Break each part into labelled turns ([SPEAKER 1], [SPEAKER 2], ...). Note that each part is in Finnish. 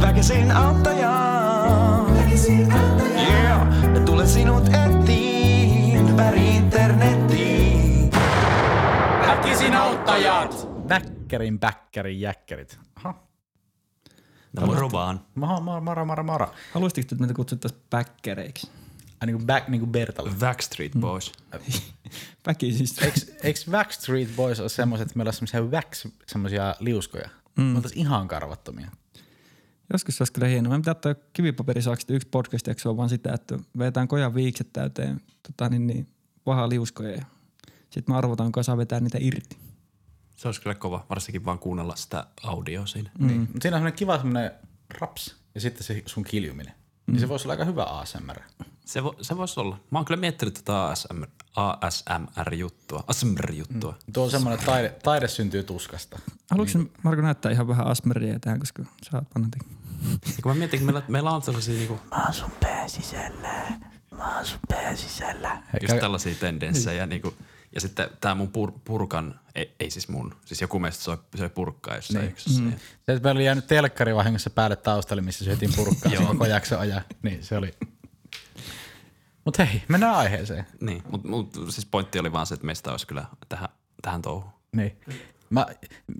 [SPEAKER 1] väkisin auttajaan. Yeah, ja tulen sinut etiin, väri internettiin.
[SPEAKER 2] Väkisin auttajat!
[SPEAKER 3] Väkkärin, bäkkärin, jäkkärit. Aha.
[SPEAKER 4] No, moro vaan.
[SPEAKER 3] Maha, mara, mara, mara, mara.
[SPEAKER 5] Haluaisitko, että meitä kutsuttaisiin päkkäreiksi?
[SPEAKER 3] Ai niinku back, niinku Bertalle.
[SPEAKER 4] Backstreet Boys.
[SPEAKER 5] Väki siis.
[SPEAKER 3] Eiks, eiks Backstreet Boys ole semmoset, että meillä on semmosia wax, semmosia liuskoja? Mm. Oltais ihan karvattomia.
[SPEAKER 5] Joskus se olisi kyllä hienoa. Meidän pitää ottaa kivipaperisaaksi yksi podcast jakso vaan sitä, että vetään kojan viikset täyteen tota, niin, niin, pahaa liuskoja. ja Sitten me arvotaan, kuka saa vetää niitä irti.
[SPEAKER 4] Se olisi kyllä kova, varsinkin vaan kuunnella sitä audioa siinä.
[SPEAKER 3] Mm. Niin. Mut siinä on semmonen kiva semmonen raps ja sitten se sun kiljuminen. Mm. Niin se voisi olla aika hyvä ASMR.
[SPEAKER 4] Se, vo, se voisi olla. Mä oon kyllä miettinyt tätä ASMR, ASMR-juttua. ASMR-juttua.
[SPEAKER 3] Tuo on semmoinen, että taide, taide syntyy tuskasta.
[SPEAKER 5] Haluatko niin. Marko näyttää ihan vähän asmeria tähän, koska sä oot panna
[SPEAKER 4] Ja kun mä mietin, kun meillä, meillä on sellaisia niinku, just tällaisia tendenssejä. Niinku, ja sitten tämä mun pur, purkan, ei, ei, siis mun, siis joku meistä söi, söi purkkaa jossain yksessä. Mm.
[SPEAKER 3] Se, että meillä oli jäänyt telkkari vahingossa päälle taustalle, missä syötiin purkkaa sen koko jakso ajan. Niin se oli. Mut hei, mennään aiheeseen.
[SPEAKER 4] Niin, mutta mut, siis pointti oli vaan se, että meistä olisi kyllä tähän, tähän touhuun.
[SPEAKER 3] Niin. Mä,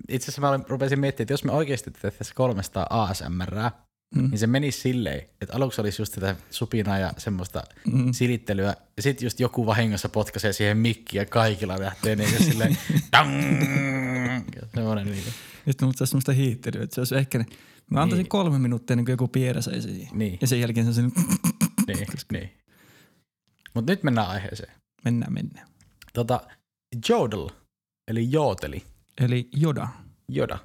[SPEAKER 3] itse asiassa mä olin- rupesin miettimään, että jos me oikeasti tehtäisiin 300 ASMR, mm. niin se menisi silleen, että aluksi olisi just tätä supinaa ja semmoista mm. silittelyä, ja sitten just joku vahingossa potkaisee siihen mikkiä ja kaikilla lähtee niin kuin silleen dang, ja semmoinen niin kuin.
[SPEAKER 5] Sitten mutta se olisi semmoista hiittelyä, että se olisi ehkä ne, Mä antaisin niin. kolme minuuttia niin kuin joku pierä sai siihen.
[SPEAKER 3] Niin.
[SPEAKER 5] Ja sen jälkeen se on sellainen,
[SPEAKER 3] Niin, niin. Mutta nyt mennään aiheeseen.
[SPEAKER 5] mennään, mennään.
[SPEAKER 3] Tota, Jodel, eli jooteli,
[SPEAKER 5] Eli joda.
[SPEAKER 3] joda.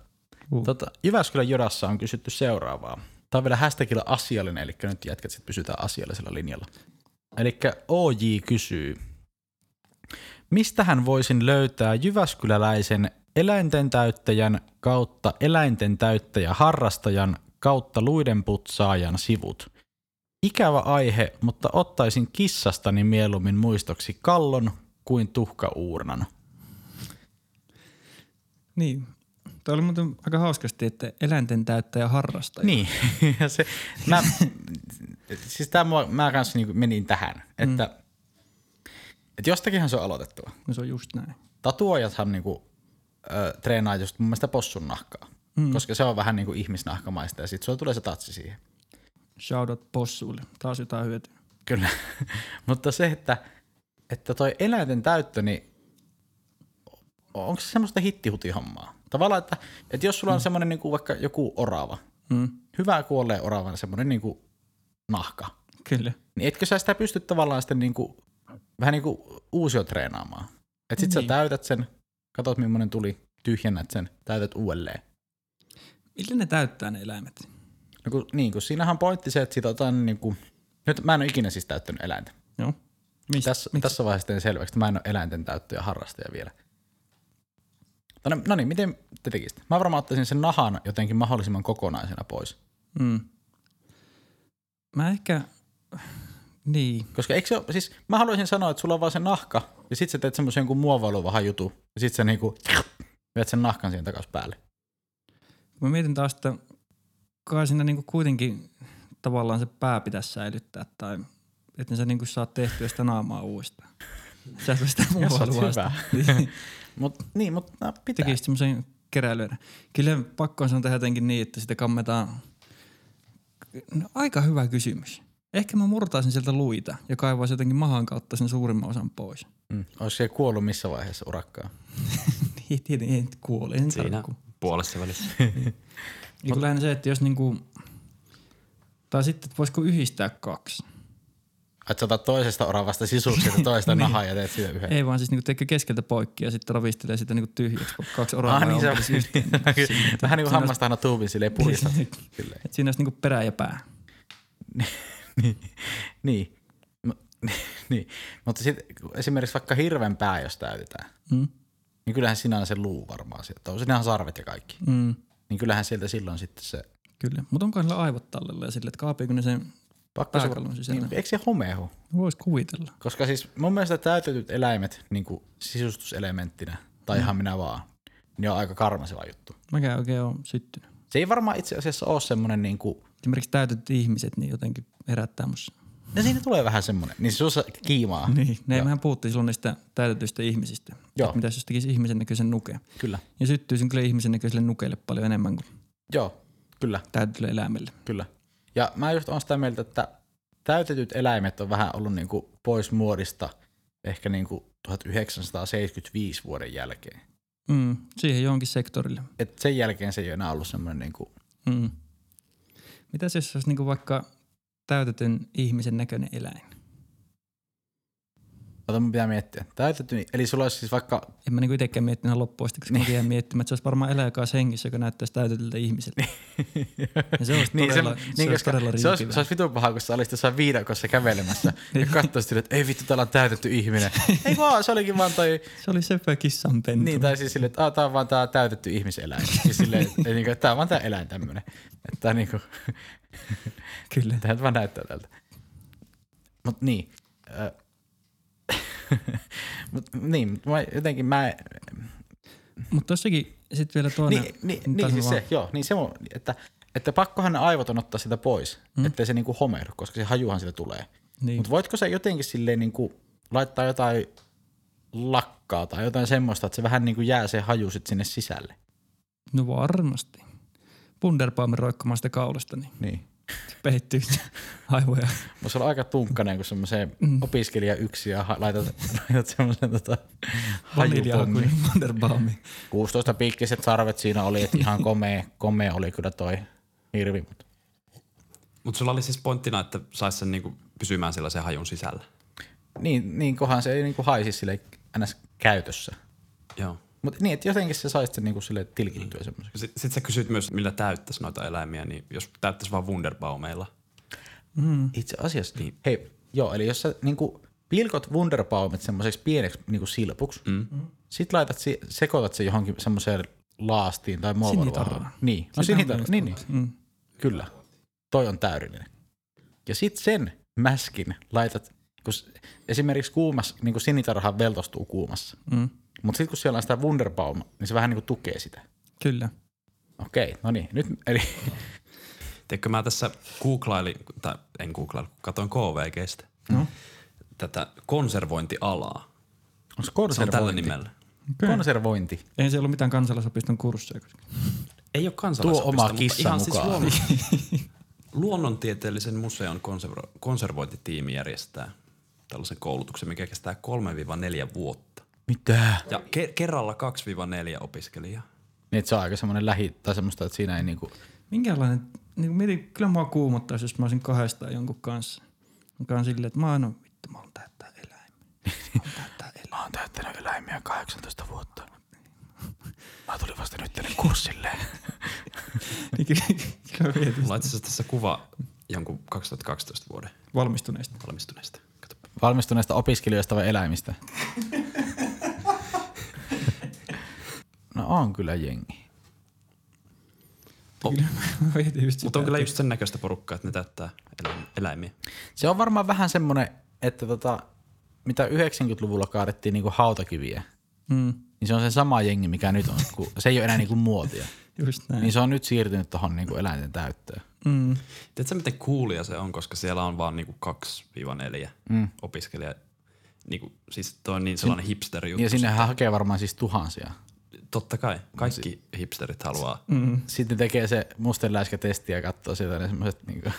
[SPEAKER 5] Uh.
[SPEAKER 3] Tota, Jyväskylän jodassa on kysytty seuraavaa. Tämä on vielä hashtagilla asiallinen, eli nyt jätkät sit pysytään asiallisella linjalla. Eli OJ kysyy, mistähän voisin löytää jyväskyläläisen eläinten täyttäjän kautta eläinten täyttäjä harrastajan kautta luidenputsaajan sivut? Ikävä aihe, mutta ottaisin kissastani mieluummin muistoksi kallon kuin tuhkauurnan.
[SPEAKER 5] Niin. Tämä oli muuten aika hauskasti, että eläinten täyttäjä harrastaja.
[SPEAKER 3] Niin, ja se, mä, siis tää mua, mä kanssa niin menin tähän, että, mm. että jostakinhan se on aloitettava.
[SPEAKER 5] No se on just näin.
[SPEAKER 3] Tatuojathan niin kuin, ö, treenaa just mun mielestä possun nahkaa, mm. koska se on vähän niin kuin ihmisnahkamaista ja sit sulla tulee se tatsi siihen.
[SPEAKER 5] Shoutout possuille. Taas jotain hyötyä.
[SPEAKER 3] Kyllä, mutta se, että, että toi eläinten täyttö, niin onko se semmoista hittihutihommaa? Tavallaan, että, että jos sulla on mm. semmoinen niin kuin vaikka joku orava,
[SPEAKER 5] Mm,
[SPEAKER 3] hyvä kuolleen oravan semmoinen niin kuin nahka,
[SPEAKER 5] kyllä.
[SPEAKER 3] niin etkö sä sitä pysty tavallaan sitten niinku, vähän niinku uusio treenaamaan. Et sit niin. sä
[SPEAKER 5] Niin.
[SPEAKER 3] täytät sen, katot millainen tuli, tyhjennät sen, täytät uudelleen.
[SPEAKER 5] Millä ne täyttää ne eläimet?
[SPEAKER 3] No kun, niin kun siinähän on pointti se, että siitä otan niinku, nyt mä en ole ikinä siis täyttänyt eläintä.
[SPEAKER 5] Joo. Mist,
[SPEAKER 3] Tässä, tässä vaiheessa teen selväksi, että mä en ole eläinten täyttöjä harrastaja vielä. No, no niin, miten te tekisitte? Mä varmaan ottaisin sen nahan jotenkin mahdollisimman kokonaisena pois.
[SPEAKER 5] Mm. Mä ehkä... Niin.
[SPEAKER 3] Koska eikö se ole, siis mä haluaisin sanoa, että sulla on vaan se nahka, ja sit sä teet semmoisen jonkun muovailuvahan jutu, ja sit sä niinku vedät sen nahkan siihen takas päälle.
[SPEAKER 5] Mä mietin taas, että kai siinä niinku kuitenkin tavallaan se pää pitäisi säilyttää tai että sä niinku saat tehtyä sitä naamaa uudestaan. Sä et voi sitä
[SPEAKER 3] Jos oot
[SPEAKER 5] muualla
[SPEAKER 3] hyvä.
[SPEAKER 5] uudestaan.
[SPEAKER 3] Mut, niin, mutta no, pitää.
[SPEAKER 5] Tekisit semmoisen keräilyn. Kyllä pakko on sanoa tehdä jotenkin niin, että sitä kammetaan. No, aika hyvä kysymys. Ehkä mä murtaisin sieltä luita ja kaivaisin jotenkin mahan kautta sen suurimman osan pois.
[SPEAKER 3] Mm. Ois se kuollut missä vaiheessa urakkaa?
[SPEAKER 5] Niin, tietenkin ei nyt kuole. ei nyt
[SPEAKER 4] Siinä
[SPEAKER 5] tarkku.
[SPEAKER 4] puolessa välissä.
[SPEAKER 5] Ja kun lähinnä se, että jos niinku, tai sitten, että voisiko yhdistää kaksi.
[SPEAKER 3] Et sä otat toisesta oravasta sisukset ja toisesta niin. nahaa ja teet siitä yhden.
[SPEAKER 5] Ei vaan siis niinku teikö keskeltä poikki ja sitten ravistelee sitä niinku tyhjäksi, kun kaksi oravaa
[SPEAKER 3] Ah, niin se on.
[SPEAKER 5] ompelisi yhteen.
[SPEAKER 3] Vähän niinku hammastahana tuubin silleen puristat. silleen.
[SPEAKER 5] Et Siinä olisi niinku perä ja pää.
[SPEAKER 3] Niin. M- niin. Mutta sit, kun esimerkiksi vaikka hirven pää, jos täytetään,
[SPEAKER 5] Mm.
[SPEAKER 3] niin kyllähän sinä on se luu varmaan sieltä. On sinähän sarvet ja kaikki.
[SPEAKER 5] Mm.
[SPEAKER 3] Niin kyllähän sieltä silloin sitten se
[SPEAKER 5] Kyllä, mutta onko sillä aivot tallella ja sille, että kaapiiko ne sen
[SPEAKER 3] pakko se,
[SPEAKER 5] Pääkallon sisällä.
[SPEAKER 3] niin, eikö se homehu?
[SPEAKER 5] Voisi kuvitella.
[SPEAKER 3] Koska siis mun mielestä täytetyt eläimet niin kuin
[SPEAKER 5] Mm.
[SPEAKER 3] sisustuselementtinä, tai ihan minä vaan, niin on aika karmaseva juttu.
[SPEAKER 5] Mäkään oikein on syttynyt.
[SPEAKER 3] Se ei varmaan itse asiassa ole semmoinen niin kuin,
[SPEAKER 5] Esimerkiksi täytetyt ihmiset niin jotenkin herättää musta.
[SPEAKER 3] no siinä tulee vähän semmoinen, niin se suussa kiimaa.
[SPEAKER 5] Mm. Niin, ne mehän puhuttiin silloin niistä täytetyistä ihmisistä.
[SPEAKER 3] Joo.
[SPEAKER 5] Että mitä jos tekisi ihmisen näköisen nuke.
[SPEAKER 3] Kyllä.
[SPEAKER 5] Ja syttyisin kyllä ihmisen näköiselle nukeille paljon enemmän kuin
[SPEAKER 3] Joo, kyllä,
[SPEAKER 5] täytetylle eläimelle.
[SPEAKER 3] kyllä. Ja mä just oon sitä mieltä, että täytetyt eläimet on vähän ollut niin kuin pois muodista ehkä niin kuin 1975 vuoden jälkeen.
[SPEAKER 5] Mm, siihen johonkin sektorille.
[SPEAKER 3] Et sen jälkeen se ei ole enää ollut semmoinen niin kuin,
[SPEAKER 5] Mm. Mitäs jos olisi niinku vaikka täytetyn ihmisen näköinen eläin?
[SPEAKER 3] ota mun pitää miettiä, täytetty, eli sulla olisi siis vaikka,
[SPEAKER 5] En mä niinku itsekään miettinyt ihan loppuun asti, koska
[SPEAKER 3] Niin.
[SPEAKER 5] mä jäin miettimään, että se olisi varmaan eläin, joka olisi hengissä, joka näyttäisi täytetyltä ihmiseltä. Ja se olisi
[SPEAKER 3] niin,
[SPEAKER 5] todella,
[SPEAKER 3] se,
[SPEAKER 5] se,
[SPEAKER 3] niin
[SPEAKER 5] olisi
[SPEAKER 3] koska
[SPEAKER 5] todella
[SPEAKER 3] se olisi,
[SPEAKER 5] riikiväinen.
[SPEAKER 3] se olisi vitun paha, kun sä olisit jossain viidakossa kävelemässä ja katsoisit, että ei vittu, täällä on täytetty ihminen. ei vaan, se olikin vaan toi
[SPEAKER 5] se oli sepä kissanpentu.
[SPEAKER 3] Niin, tai siis silleen, että ah, tää on vaan tää täytetty ihmiseläin. Siis silleen, että niin kuin, tää on vaan tää eläin tämmönen. Että tää niinku,
[SPEAKER 5] Kyllä.
[SPEAKER 3] tää nyt vaan näyttää tältä. Mut niin. Ö, Mut niin, mut mä jotenkin mä...
[SPEAKER 5] Mutta tossakin sitten vielä toinen.
[SPEAKER 3] Niin, niin,
[SPEAKER 5] Nyt
[SPEAKER 3] niin
[SPEAKER 5] taas
[SPEAKER 3] siis
[SPEAKER 5] mä
[SPEAKER 3] se, joo, niin se on, että, että pakkohan ne aivot on ottaa sitä pois, mm. ettei se niinku homehdu, koska se hajuhan sitä tulee.
[SPEAKER 5] Niin.
[SPEAKER 3] Niin. Mutta voitko se jotenkin silleen niinku laittaa jotain lakkaa tai jotain semmoista, että se vähän niinku jää se haju sit sinne sisälle?
[SPEAKER 5] No varmasti. Bunderbaumin roikkumaan sitä kaulasta, niin
[SPEAKER 3] Niin.
[SPEAKER 5] se peittyy aivoja.
[SPEAKER 3] Voisi olla aika tunkkanen, kun semmoiseen opiskelija yksi ja ha- laitat, laitat semmoisen tota, hajupommi.
[SPEAKER 5] Vaniljahakuinen Bunderbaumi.
[SPEAKER 3] 16 pikkiset sarvet siinä oli, että ihan komea, komea oli kyllä toi hirvi. Mutta.
[SPEAKER 4] Mutta sulla oli siis pointtina, että saisi sen niinku pysymään siellä sen hajun sisällä.
[SPEAKER 3] Niin, niin kohan se ei niinku haisi sille ns. käytössä.
[SPEAKER 4] Joo.
[SPEAKER 3] Mutta niin, että jotenkin se saisi sen niinku sille tilkittyä semmoiseksi.
[SPEAKER 4] Sitten sit sä kysyt myös, millä täyttäisi noita eläimiä, niin jos täyttäisi vaan Wunderbaumeilla.
[SPEAKER 3] Itse asiassa, niin. hei, joo, eli jos sä niinku pilkot Wunderbaumit semmoiseksi pieneksi niinku silpuksi, mm. sit laitat, si- sekoitat se johonkin semmoiseen laastiin tai muovaruohon.
[SPEAKER 5] Sinitarraan.
[SPEAKER 3] Niin, no sinitarra, niin, niin.
[SPEAKER 5] Mm.
[SPEAKER 3] Kyllä. Toi on täydellinen. Ja sit sen mäskin laitat, kun s- esimerkiksi kuumas, niin kuin sinitarha veltostuu kuumassa.
[SPEAKER 5] Mm.
[SPEAKER 3] Mutta sitten kun siellä on sitä Wunderbaum, niin se vähän niin kuin tukee sitä.
[SPEAKER 5] Kyllä.
[SPEAKER 3] Okei, no niin. Nyt, eli,
[SPEAKER 4] Tiedätkö, mä tässä googlailin, tai en googlailin, katoin KVGstä.
[SPEAKER 5] No.
[SPEAKER 4] Tätä konservointialaa.
[SPEAKER 3] onko
[SPEAKER 4] Se on
[SPEAKER 3] konservointi?
[SPEAKER 4] tällä nimellä.
[SPEAKER 5] Kyllä.
[SPEAKER 3] Konservointi.
[SPEAKER 5] Ei se ollut mitään kansalaisopiston kursseja. koska-
[SPEAKER 4] Ei ole kansalaisopisto,
[SPEAKER 3] Tuo oma
[SPEAKER 4] mutta
[SPEAKER 3] kissa
[SPEAKER 4] ihan
[SPEAKER 3] mukaan.
[SPEAKER 4] Siis luonnon, luonnontieteellisen museon konservo- konservointitiimi järjestää tällaisen koulutuksen, mikä kestää 3-4 vuotta.
[SPEAKER 3] Mitä?
[SPEAKER 4] Ja ke- kerralla 2-4 opiskelijaa.
[SPEAKER 3] Niin, että se on aika semmoinen lähi, tai semmoista, että siinä ei niinku,
[SPEAKER 5] Minkälainen, niin mietin, kyllä mua kuumottaisi, jos mä olisin kahdestaan jonkun kanssa. Joka on silleen, että mä aina, vittu, mä oon täyttää eläimiä. Mä oon täyttää eläimiä.
[SPEAKER 3] mä oon täyttänyt eläimiä 18 vuotta. Mä tulin vasta nyt tänne kurssille.
[SPEAKER 5] Niin kyllä- kyllä mietin
[SPEAKER 4] Mulla on itse asiassa tässä kuva jonkun 2012 vuoden
[SPEAKER 5] valmistuneista.
[SPEAKER 4] valmistuneesta. Katsopa.
[SPEAKER 3] Valmistuneista opiskelijoista vai eläimistä? No on kyllä jengi.
[SPEAKER 4] Oh,
[SPEAKER 5] Mä mietin just sitä.
[SPEAKER 4] mutta on kyllä just sen näköistä porukkaa, että ne täyttää eläim- eläimiä.
[SPEAKER 3] Se on varmaan vähän semmoinen, että tota, mitä 90-luvulla kaadettiin niinku hautakiviä,
[SPEAKER 5] Mm,
[SPEAKER 3] niin se on se sama jengi, mikä nyt on, kun se ei ole enää niinku muotia.
[SPEAKER 5] just näin.
[SPEAKER 3] Niin se on nyt siirtynyt tuohon niinku eläinten täyttöön.
[SPEAKER 5] Mm.
[SPEAKER 4] Tiedätkö miten coolia se on, koska siellä on vaan niinku 2-4 mm. opiskelijaa. Niinku, siis toi on niin sellainen hipsteri juttu.
[SPEAKER 3] Ja sinnehän hakee varmaan siis tuhansia.
[SPEAKER 4] Totta kai, kaikki hipsterit haluaa.
[SPEAKER 3] Mm. Sitten tekee se mustenläiskätesti ja katsoo sieltä ne semmoiset niinku,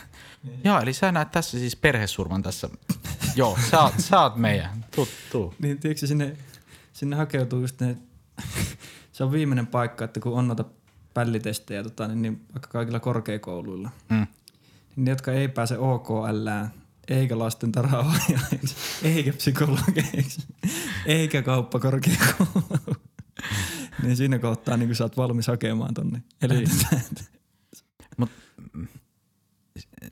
[SPEAKER 3] joo eli sä näet tässä siis perhesurman tässä. joo, sä oot, sä oot meidän, tuttu.
[SPEAKER 5] Niin tiedätkö, sinne, sinne hakeutuu just ne, se on viimeinen paikka, että kun on noita pällitestejä, tota, niin, niin vaikka kaikilla korkeakouluilla, mm. niin ne, jotka ei pääse OKL, eikä lastentarhaohjaajaksi, eikä psykologeiksi, eikä kauppakorkeakouluun, niin siinä kohtaa niin sä oot valmis hakemaan tonne. Eli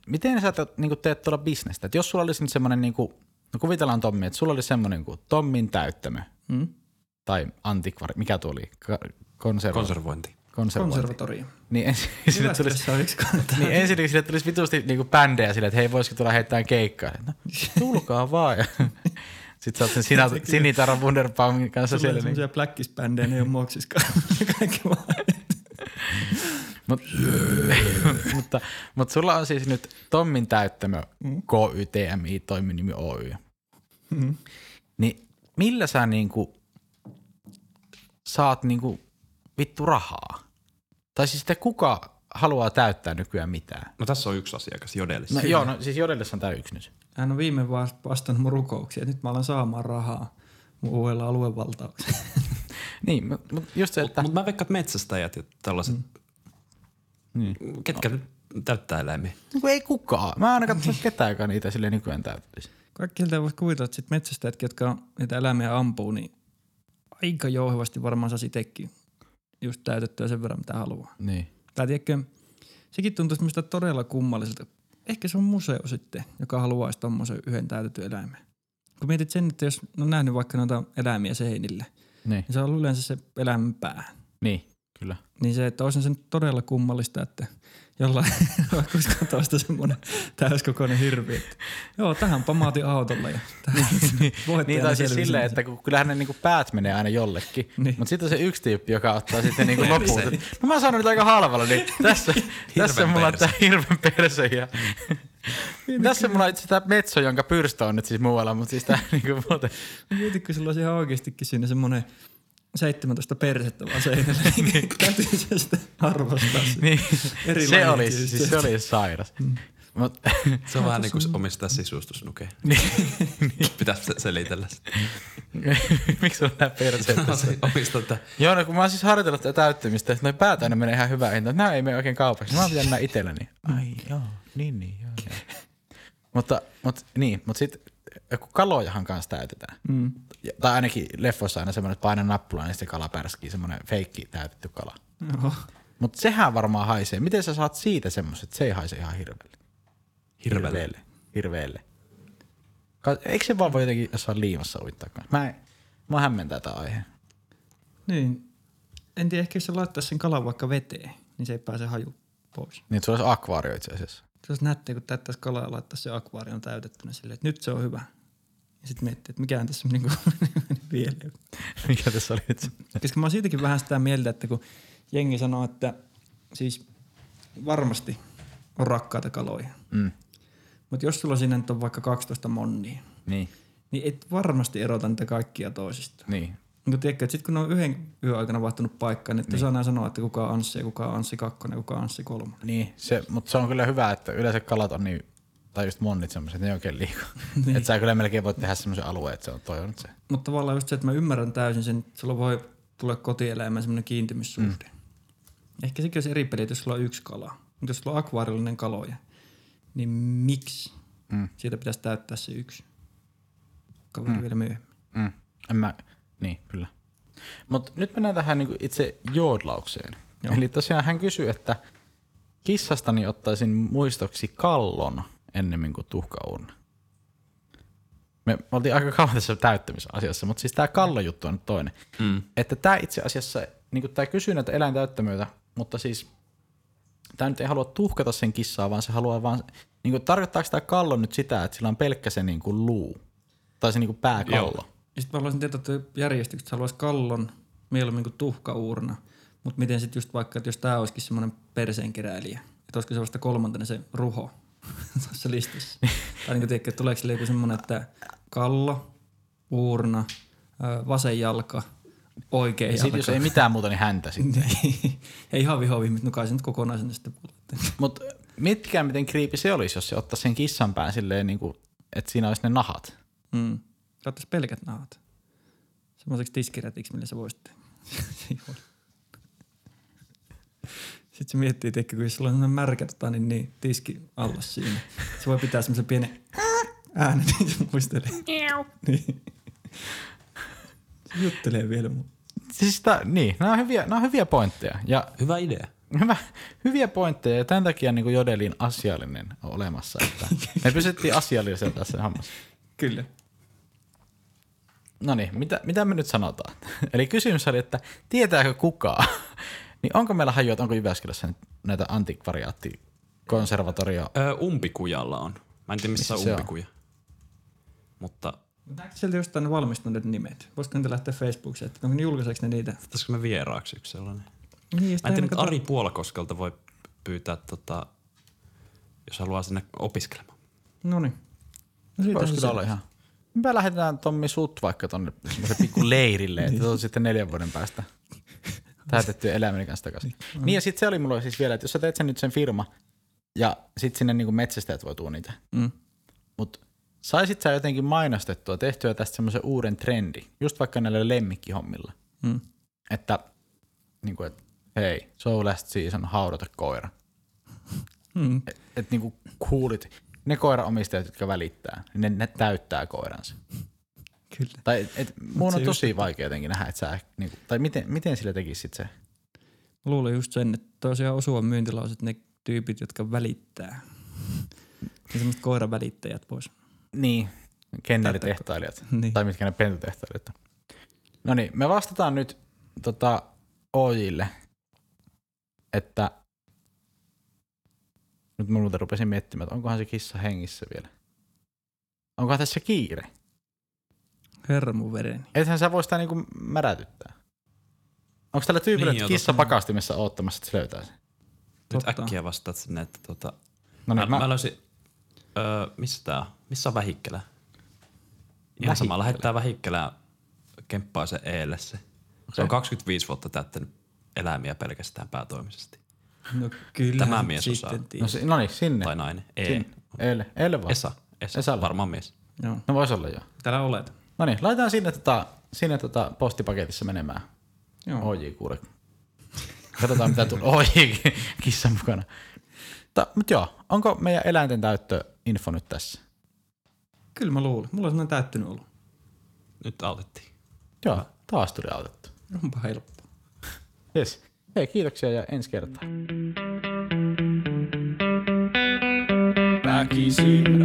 [SPEAKER 3] miten sä te, niin teet tuolla bisnestä? Et jos sulla olisi nyt semmoinen, niin kuin, no kuvitellaan Tommi, että sulla oli semmoinen kuin Tommin täyttämö.
[SPEAKER 5] Mm.
[SPEAKER 3] Tai antikvari, mikä tuo oli? Ka- konservo, Konser-
[SPEAKER 4] Konservointi.
[SPEAKER 3] konservointi.
[SPEAKER 5] konservatorio.
[SPEAKER 3] niin ensin sille tulisi,
[SPEAKER 5] Jyväskylässä on yksi kohta.
[SPEAKER 3] niin ensin sille tulisi vitusti niin kuin bändejä sille, että hei voisiko tulla heittää keikkaa. No, tulkaa vaan. Ja sitten sä oot sen sinä, Sinitaran Wunderbaumin kanssa siellä.
[SPEAKER 5] Sulla on
[SPEAKER 3] Niin,
[SPEAKER 5] semmoisia niin. blackisbändejä, ne ei ole moksiskaan. Kaikki vaan.
[SPEAKER 3] Mut, mutta, mutta sulla on siis nyt Tommin täyttämö
[SPEAKER 5] Mm.
[SPEAKER 3] KYTMI toiminimi Oy. Niin millä sä niinku saat niinku vittu rahaa? Tai siis te kuka haluaa täyttää nykyään mitään?
[SPEAKER 4] No tässä on yksi asiakas Jodelissa.
[SPEAKER 3] No joo, no siis Jodellessa on tää yksi nyt.
[SPEAKER 5] Hän on viime vast- vastannut mun rukouksia. Nyt mä alan saamaan rahaa mun uudella aluevaltauksella.
[SPEAKER 3] Niin, mutta just se, että...
[SPEAKER 4] Mutta mä veikkaan, että metsästäjät ja tällaiset, mm. ketkä nyt täyttää eläimiä.
[SPEAKER 3] Niinku ei kukaan. Mä en ainakaan tiedä ketään, joka niitä sille nykyään täyttäisi.
[SPEAKER 5] Kaikilta voisi kuvitella, että sit metsästäjätkin, jotka on- niitä eläimiä ampuu, niin aika jouhevasti varmaan saisi itsekin just täytettyä sen verran, mitä haluaa.
[SPEAKER 3] Niin.
[SPEAKER 5] Tai tiedätkö, sekin tuntuu minusta todella kummalliselta. Ehkä se on museo sitten, joka haluaisi tommosen yhden täytetyn eläimen. Kun mietit sen, että jos on nähnyt vaikka noita eläimiä seinillä,
[SPEAKER 3] Niin.
[SPEAKER 5] niin se on ollut yleensä se eläimen pää.
[SPEAKER 3] Niin, kyllä.
[SPEAKER 5] Niin se, että olisi se nyt todella kummallista, että jollain olisi katosta semmoinen täyskokoinen hirvi. Että, joo, tähän pamaatin autolla ja tähän
[SPEAKER 3] Niin
[SPEAKER 5] voittajana
[SPEAKER 3] tai siis
[SPEAKER 5] selvisin.
[SPEAKER 3] silleen, että kun, kyllähän ne niinku päät menee aina jollekin,
[SPEAKER 5] Niin.
[SPEAKER 3] niin. mutta sitten on se yksi tyyppi, joka ottaa sitten niinku loput.
[SPEAKER 4] Perseen.
[SPEAKER 3] että No mä sanon nyt aika halvalla, niin tässä, tässä
[SPEAKER 4] Hirven
[SPEAKER 3] mulla on
[SPEAKER 4] perse.
[SPEAKER 3] tää hirven perse Niin. ja tässä mulla on itse tää metso, jonka pyrstö on nyt siis muualla, mutta siis tää niinku muuten.
[SPEAKER 5] Mietitkö sillä olisi ihan oikeastikin siinä semmoinen 17 persettä vaan seinällä. niin. Täytyy se sitä arvostaa.
[SPEAKER 3] Niin,
[SPEAKER 5] Erilainen
[SPEAKER 3] se oli,
[SPEAKER 5] tietysti.
[SPEAKER 3] siis se oli sairas. Mut,
[SPEAKER 4] Se on Niin, vähän niin kuin omistaa sisustusnuke. Pitäisi se- selitellä sitä.
[SPEAKER 3] miksi on nää perseet tässä?
[SPEAKER 4] Omistaa tätä.
[SPEAKER 3] Joo, no kun mä oon siis harjoitellut tätä täyttämistä, että noi päät aina menee ihan hyvää hintaan. Nää ei mene oikein kaupaksi. Mä oon pitänyt nää itselläni. Ai joo, niin niin joo. joo. mutta, mutta niin, mutta sit kun kalojahan kanssa täytetään. Mm. Tai ainakin leffoissa aina semmoinen, että paina nappulaa, niin sitten kala pärskii semmoinen feikki täytetty kala.
[SPEAKER 5] Oho.
[SPEAKER 3] Mutta sehän varmaan haisee. Miten sä saat siitä semmoiset? Se ei haise ihan hirveelle.
[SPEAKER 4] Hirveelle.
[SPEAKER 3] Hirveelle. Ka- Eikö se vaan voi jotenkin jossain liimassa uittaa? Mä, en, mä hämmentää tätä aihe.
[SPEAKER 5] Niin. En tiedä, ehkä jos se laittaa sen kalan vaikka veteen, niin se ei pääse haju pois.
[SPEAKER 3] Niin, että sulla olisi akvaario itse asiassa.
[SPEAKER 5] Se olisi nättiä, kun täyttäisi kalaa ja laittaisi se akvaarion täytettynä silleen, että nyt se on hyvä. Ja sitten miettii, että mikä tässä on niinku meni pieleen.
[SPEAKER 3] Mikä tässä oli nyt se?
[SPEAKER 5] Koska mä oon siitäkin vähän sitä mieltä, että kun jengi sanoo, että siis varmasti on rakkaita kaloja.
[SPEAKER 3] Mm.
[SPEAKER 5] Mutta jos sulla siinä nyt on vaikka 12 monnia,
[SPEAKER 3] Niin,
[SPEAKER 5] niin et varmasti erota niitä kaikkia toisista.
[SPEAKER 3] niin.
[SPEAKER 5] Mutta tiedätkö, että sit kun ne on yhden yön aikana vaihtanut paikkaa, niin et niin. osaa enää sanoa, että kuka on Anssi ja kuka on Anssi kakkonen, kuka on Anssi kolmonen.
[SPEAKER 3] niin. Se, mutta se on kyllä hyvä, että yleensä kalat on niin, tai just monnit semmoiset, ne ei oikein liikaa. niin. Että sä kyllä melkein voit tehdä semmoisen alueen, että se on toi on nyt se.
[SPEAKER 5] Mutta tavallaan just se, että mä ymmärrän täysin sen, että sulla voi tulla kotieläimään semmoinen kiintymyssuhde. Mm. Ehkä sekin olisi eri peli, että jos sulla on yksi kala. Mutta jos sulla on akvaarillinen kaloja, niin miksi? Mm. Siitä pitäisi täyttää se yksi. Kaveri mm. vielä myöhemmin.
[SPEAKER 3] Mm. En mä, niin, kyllä. Mutta nyt mennään tähän niinku itse joodlaukseen. Joo. Eli tosiaan hän kysyy, että kissastani ottaisin muistoksi kallon ennemmin kuin tuhkaurna. Me oltiin aika kauan tässä täyttämisasiassa, mutta siis tämä kallojuttu on nyt toinen. Mm. Että tämä itse asiassa, niin tämä kysyy näitä eläintäyttämöitä, mutta siis tämä nyt ei halua tuhkata sen kissaa, vaan se haluaa vaan, niin kuin, tarkoittaako tämä kallo nyt sitä, että sillä on pelkkä se niin kuin luu? Tai se niin kuin pääkallo? Joo.
[SPEAKER 5] Ja sitten mä haluaisin tietää, että järjestykset haluaisi kallon mieluummin kuin tuhkaurna. Mutta miten sitten just vaikka, että jos tämä olisikin semmoinen perseenkeräilijä, että olisiko se vasta kolmantena se ruho tuossa listassa. tai niin tiedätkö, että tuleeko sille joku semmoinen, että kallo, uurna, ö, vasen jalka, oikea
[SPEAKER 3] Ja sitten jos ei
[SPEAKER 5] jalka.
[SPEAKER 3] mitään muuta, niin häntä sitten.
[SPEAKER 5] Ei, ei havi havi, mutta no kai se nyt kokonaisena sitten kuulette.
[SPEAKER 3] Mutta miettikää, miten kriipi se olisi, jos se ottaisi sen kissan pään silleen, niin kuin, että siinä olisi ne nahat.
[SPEAKER 5] Mm. Saattaisi pelkät nahat. Semmoiseksi tiskirätiksi, millä sä voisit juoda. Sitten se miettii, että kun jos sulla on semmoinen märkä tota, niin, niin, tiski alla siinä. Se voi pitää semmoisen pienen äänen, niin se muistelee. Niin. Se juttelee vielä mun.
[SPEAKER 3] Siis tää, niin, nämä on, hyviä, nämä on hyviä pointteja. Ja
[SPEAKER 4] Hyvä idea.
[SPEAKER 3] hyvä, hyviä pointteja, ja tämän takia niin Jodelin asiallinen on olemassa. Että me pysyttiin asiallisella tässä hommassa.
[SPEAKER 5] Kyllä.
[SPEAKER 3] No niin, mitä, mitä me nyt sanotaan? Eli kysymys oli, että tietääkö kukaan? niin onko meillä hajua, että onko Jyväskylässä nyt näitä antikvariaattikonservatorio?
[SPEAKER 4] Öö, umpikujalla on. Mä en tiedä, missä,
[SPEAKER 3] Missä se
[SPEAKER 4] on
[SPEAKER 3] on?
[SPEAKER 4] umpikuja. Mutta
[SPEAKER 5] Näetkö sieltä jostain ne valmistuneet nimet? Voisiko niitä lähteä Facebookiin, että onko ne julkaiseeko ne niitä?
[SPEAKER 4] ottaisiko me vieraaksi yksi sellainen?
[SPEAKER 5] Niin, ja
[SPEAKER 4] Mä en
[SPEAKER 5] sitähän
[SPEAKER 4] tiedä, mutta
[SPEAKER 5] kato-
[SPEAKER 4] Ari Puolakoskelta voi pyytää, tota, jos haluaa sinne opiskelemaan.
[SPEAKER 5] Noniin. No siitä
[SPEAKER 3] Voisi kyllä olla ihan. Me lähdetään Tommi sut vaikka tonne semmoisen pikku leirille, että tulet sitten neljän vuoden päästä täytettyä eläimen kanssa takaisin. Niin ja sitten se oli mulla siis vielä, että jos sä teet sen nyt sen firma ja sitten sinne niinku metsästäjät voi tuoda niitä.
[SPEAKER 5] Mm.
[SPEAKER 3] Mut saisit sä jotenkin mainostettua, tehtyä tästä semmoisen uuden trendi, just vaikka näillä lemmikkihommilla.
[SPEAKER 5] Mm.
[SPEAKER 3] Että niinku, et, hei, so last season, haudata koira.
[SPEAKER 5] Mm.
[SPEAKER 3] Että et niinku kuulit, ne koiraomistajat, jotka välittää, niin ne, ne täyttää koiransa.
[SPEAKER 5] Kyllä.
[SPEAKER 3] Tai et, et, mun
[SPEAKER 5] se
[SPEAKER 3] on
[SPEAKER 5] just-
[SPEAKER 3] tosi vaikea jotenkin nähdä, että sä, niin, tai miten, miten sillä tekisit se?
[SPEAKER 5] Mä luulen just sen, että tosiaan osuva myyntilauset ne tyypit, jotka välittää. Ja semmoiset koiravälittäjät pois.
[SPEAKER 3] Niin. Kendaritehtailijat.
[SPEAKER 5] Niin.
[SPEAKER 3] Tai mitkä ne pentutehtailijat on. No niin, me vastataan nyt tota, OJille, että nyt mä muuten rupesin miettimään, että onkohan se kissa hengissä vielä. Onkohan tässä kiire?
[SPEAKER 5] Herra mun vereni.
[SPEAKER 3] Ethän sä voi sitä niinku märätyttää. Onko tällä tyypillä
[SPEAKER 4] Niin,
[SPEAKER 3] niin,
[SPEAKER 4] joo,
[SPEAKER 3] kissa pakastimessa oottamassa, että se löytää sen?
[SPEAKER 4] Nyt
[SPEAKER 5] Totta.
[SPEAKER 4] äkkiä vastaat sinne, että tota,
[SPEAKER 3] No
[SPEAKER 4] mä,
[SPEAKER 3] niin,
[SPEAKER 4] mä,
[SPEAKER 3] mä,
[SPEAKER 4] mä löysin, öö, missä tää on? Missä on Vähikkelä? Ihan sama,
[SPEAKER 3] Vähikkelä.
[SPEAKER 4] lähettää Vähikkelää kemppaa se eelle se. Se on 25 vuotta täyttänyt eläimiä pelkästään päätoimisesti.
[SPEAKER 5] No kyllä.
[SPEAKER 4] Tämä mies osaa.
[SPEAKER 3] no, si- no niin, sinne.
[SPEAKER 4] Tai nainen. Ei.
[SPEAKER 3] Sinne. El, el vaan.
[SPEAKER 4] Esa. Esa.
[SPEAKER 3] Esa.
[SPEAKER 4] Esa. Varmaan mies.
[SPEAKER 5] Joo.
[SPEAKER 3] No vois olla joo.
[SPEAKER 5] Täällä olet.
[SPEAKER 3] No niin, laitetaan sinne, tota, sinne tota postipaketissa menemään.
[SPEAKER 5] Joo.
[SPEAKER 3] OJ kuule. Katsotaan mitä tulee. OJ kissa mukana. Mutta mut joo, onko meidän eläinten täyttöinfo nyt tässä?
[SPEAKER 5] Kyllä mä luulen. Mulla on sellainen täyttynyt ollut.
[SPEAKER 4] Nyt autettiin.
[SPEAKER 3] Joo, taas tuli autettu.
[SPEAKER 5] Onpa helppoa.
[SPEAKER 3] Yes. Hei, kiitoksia ja ensi kertaan.
[SPEAKER 2] Väkisin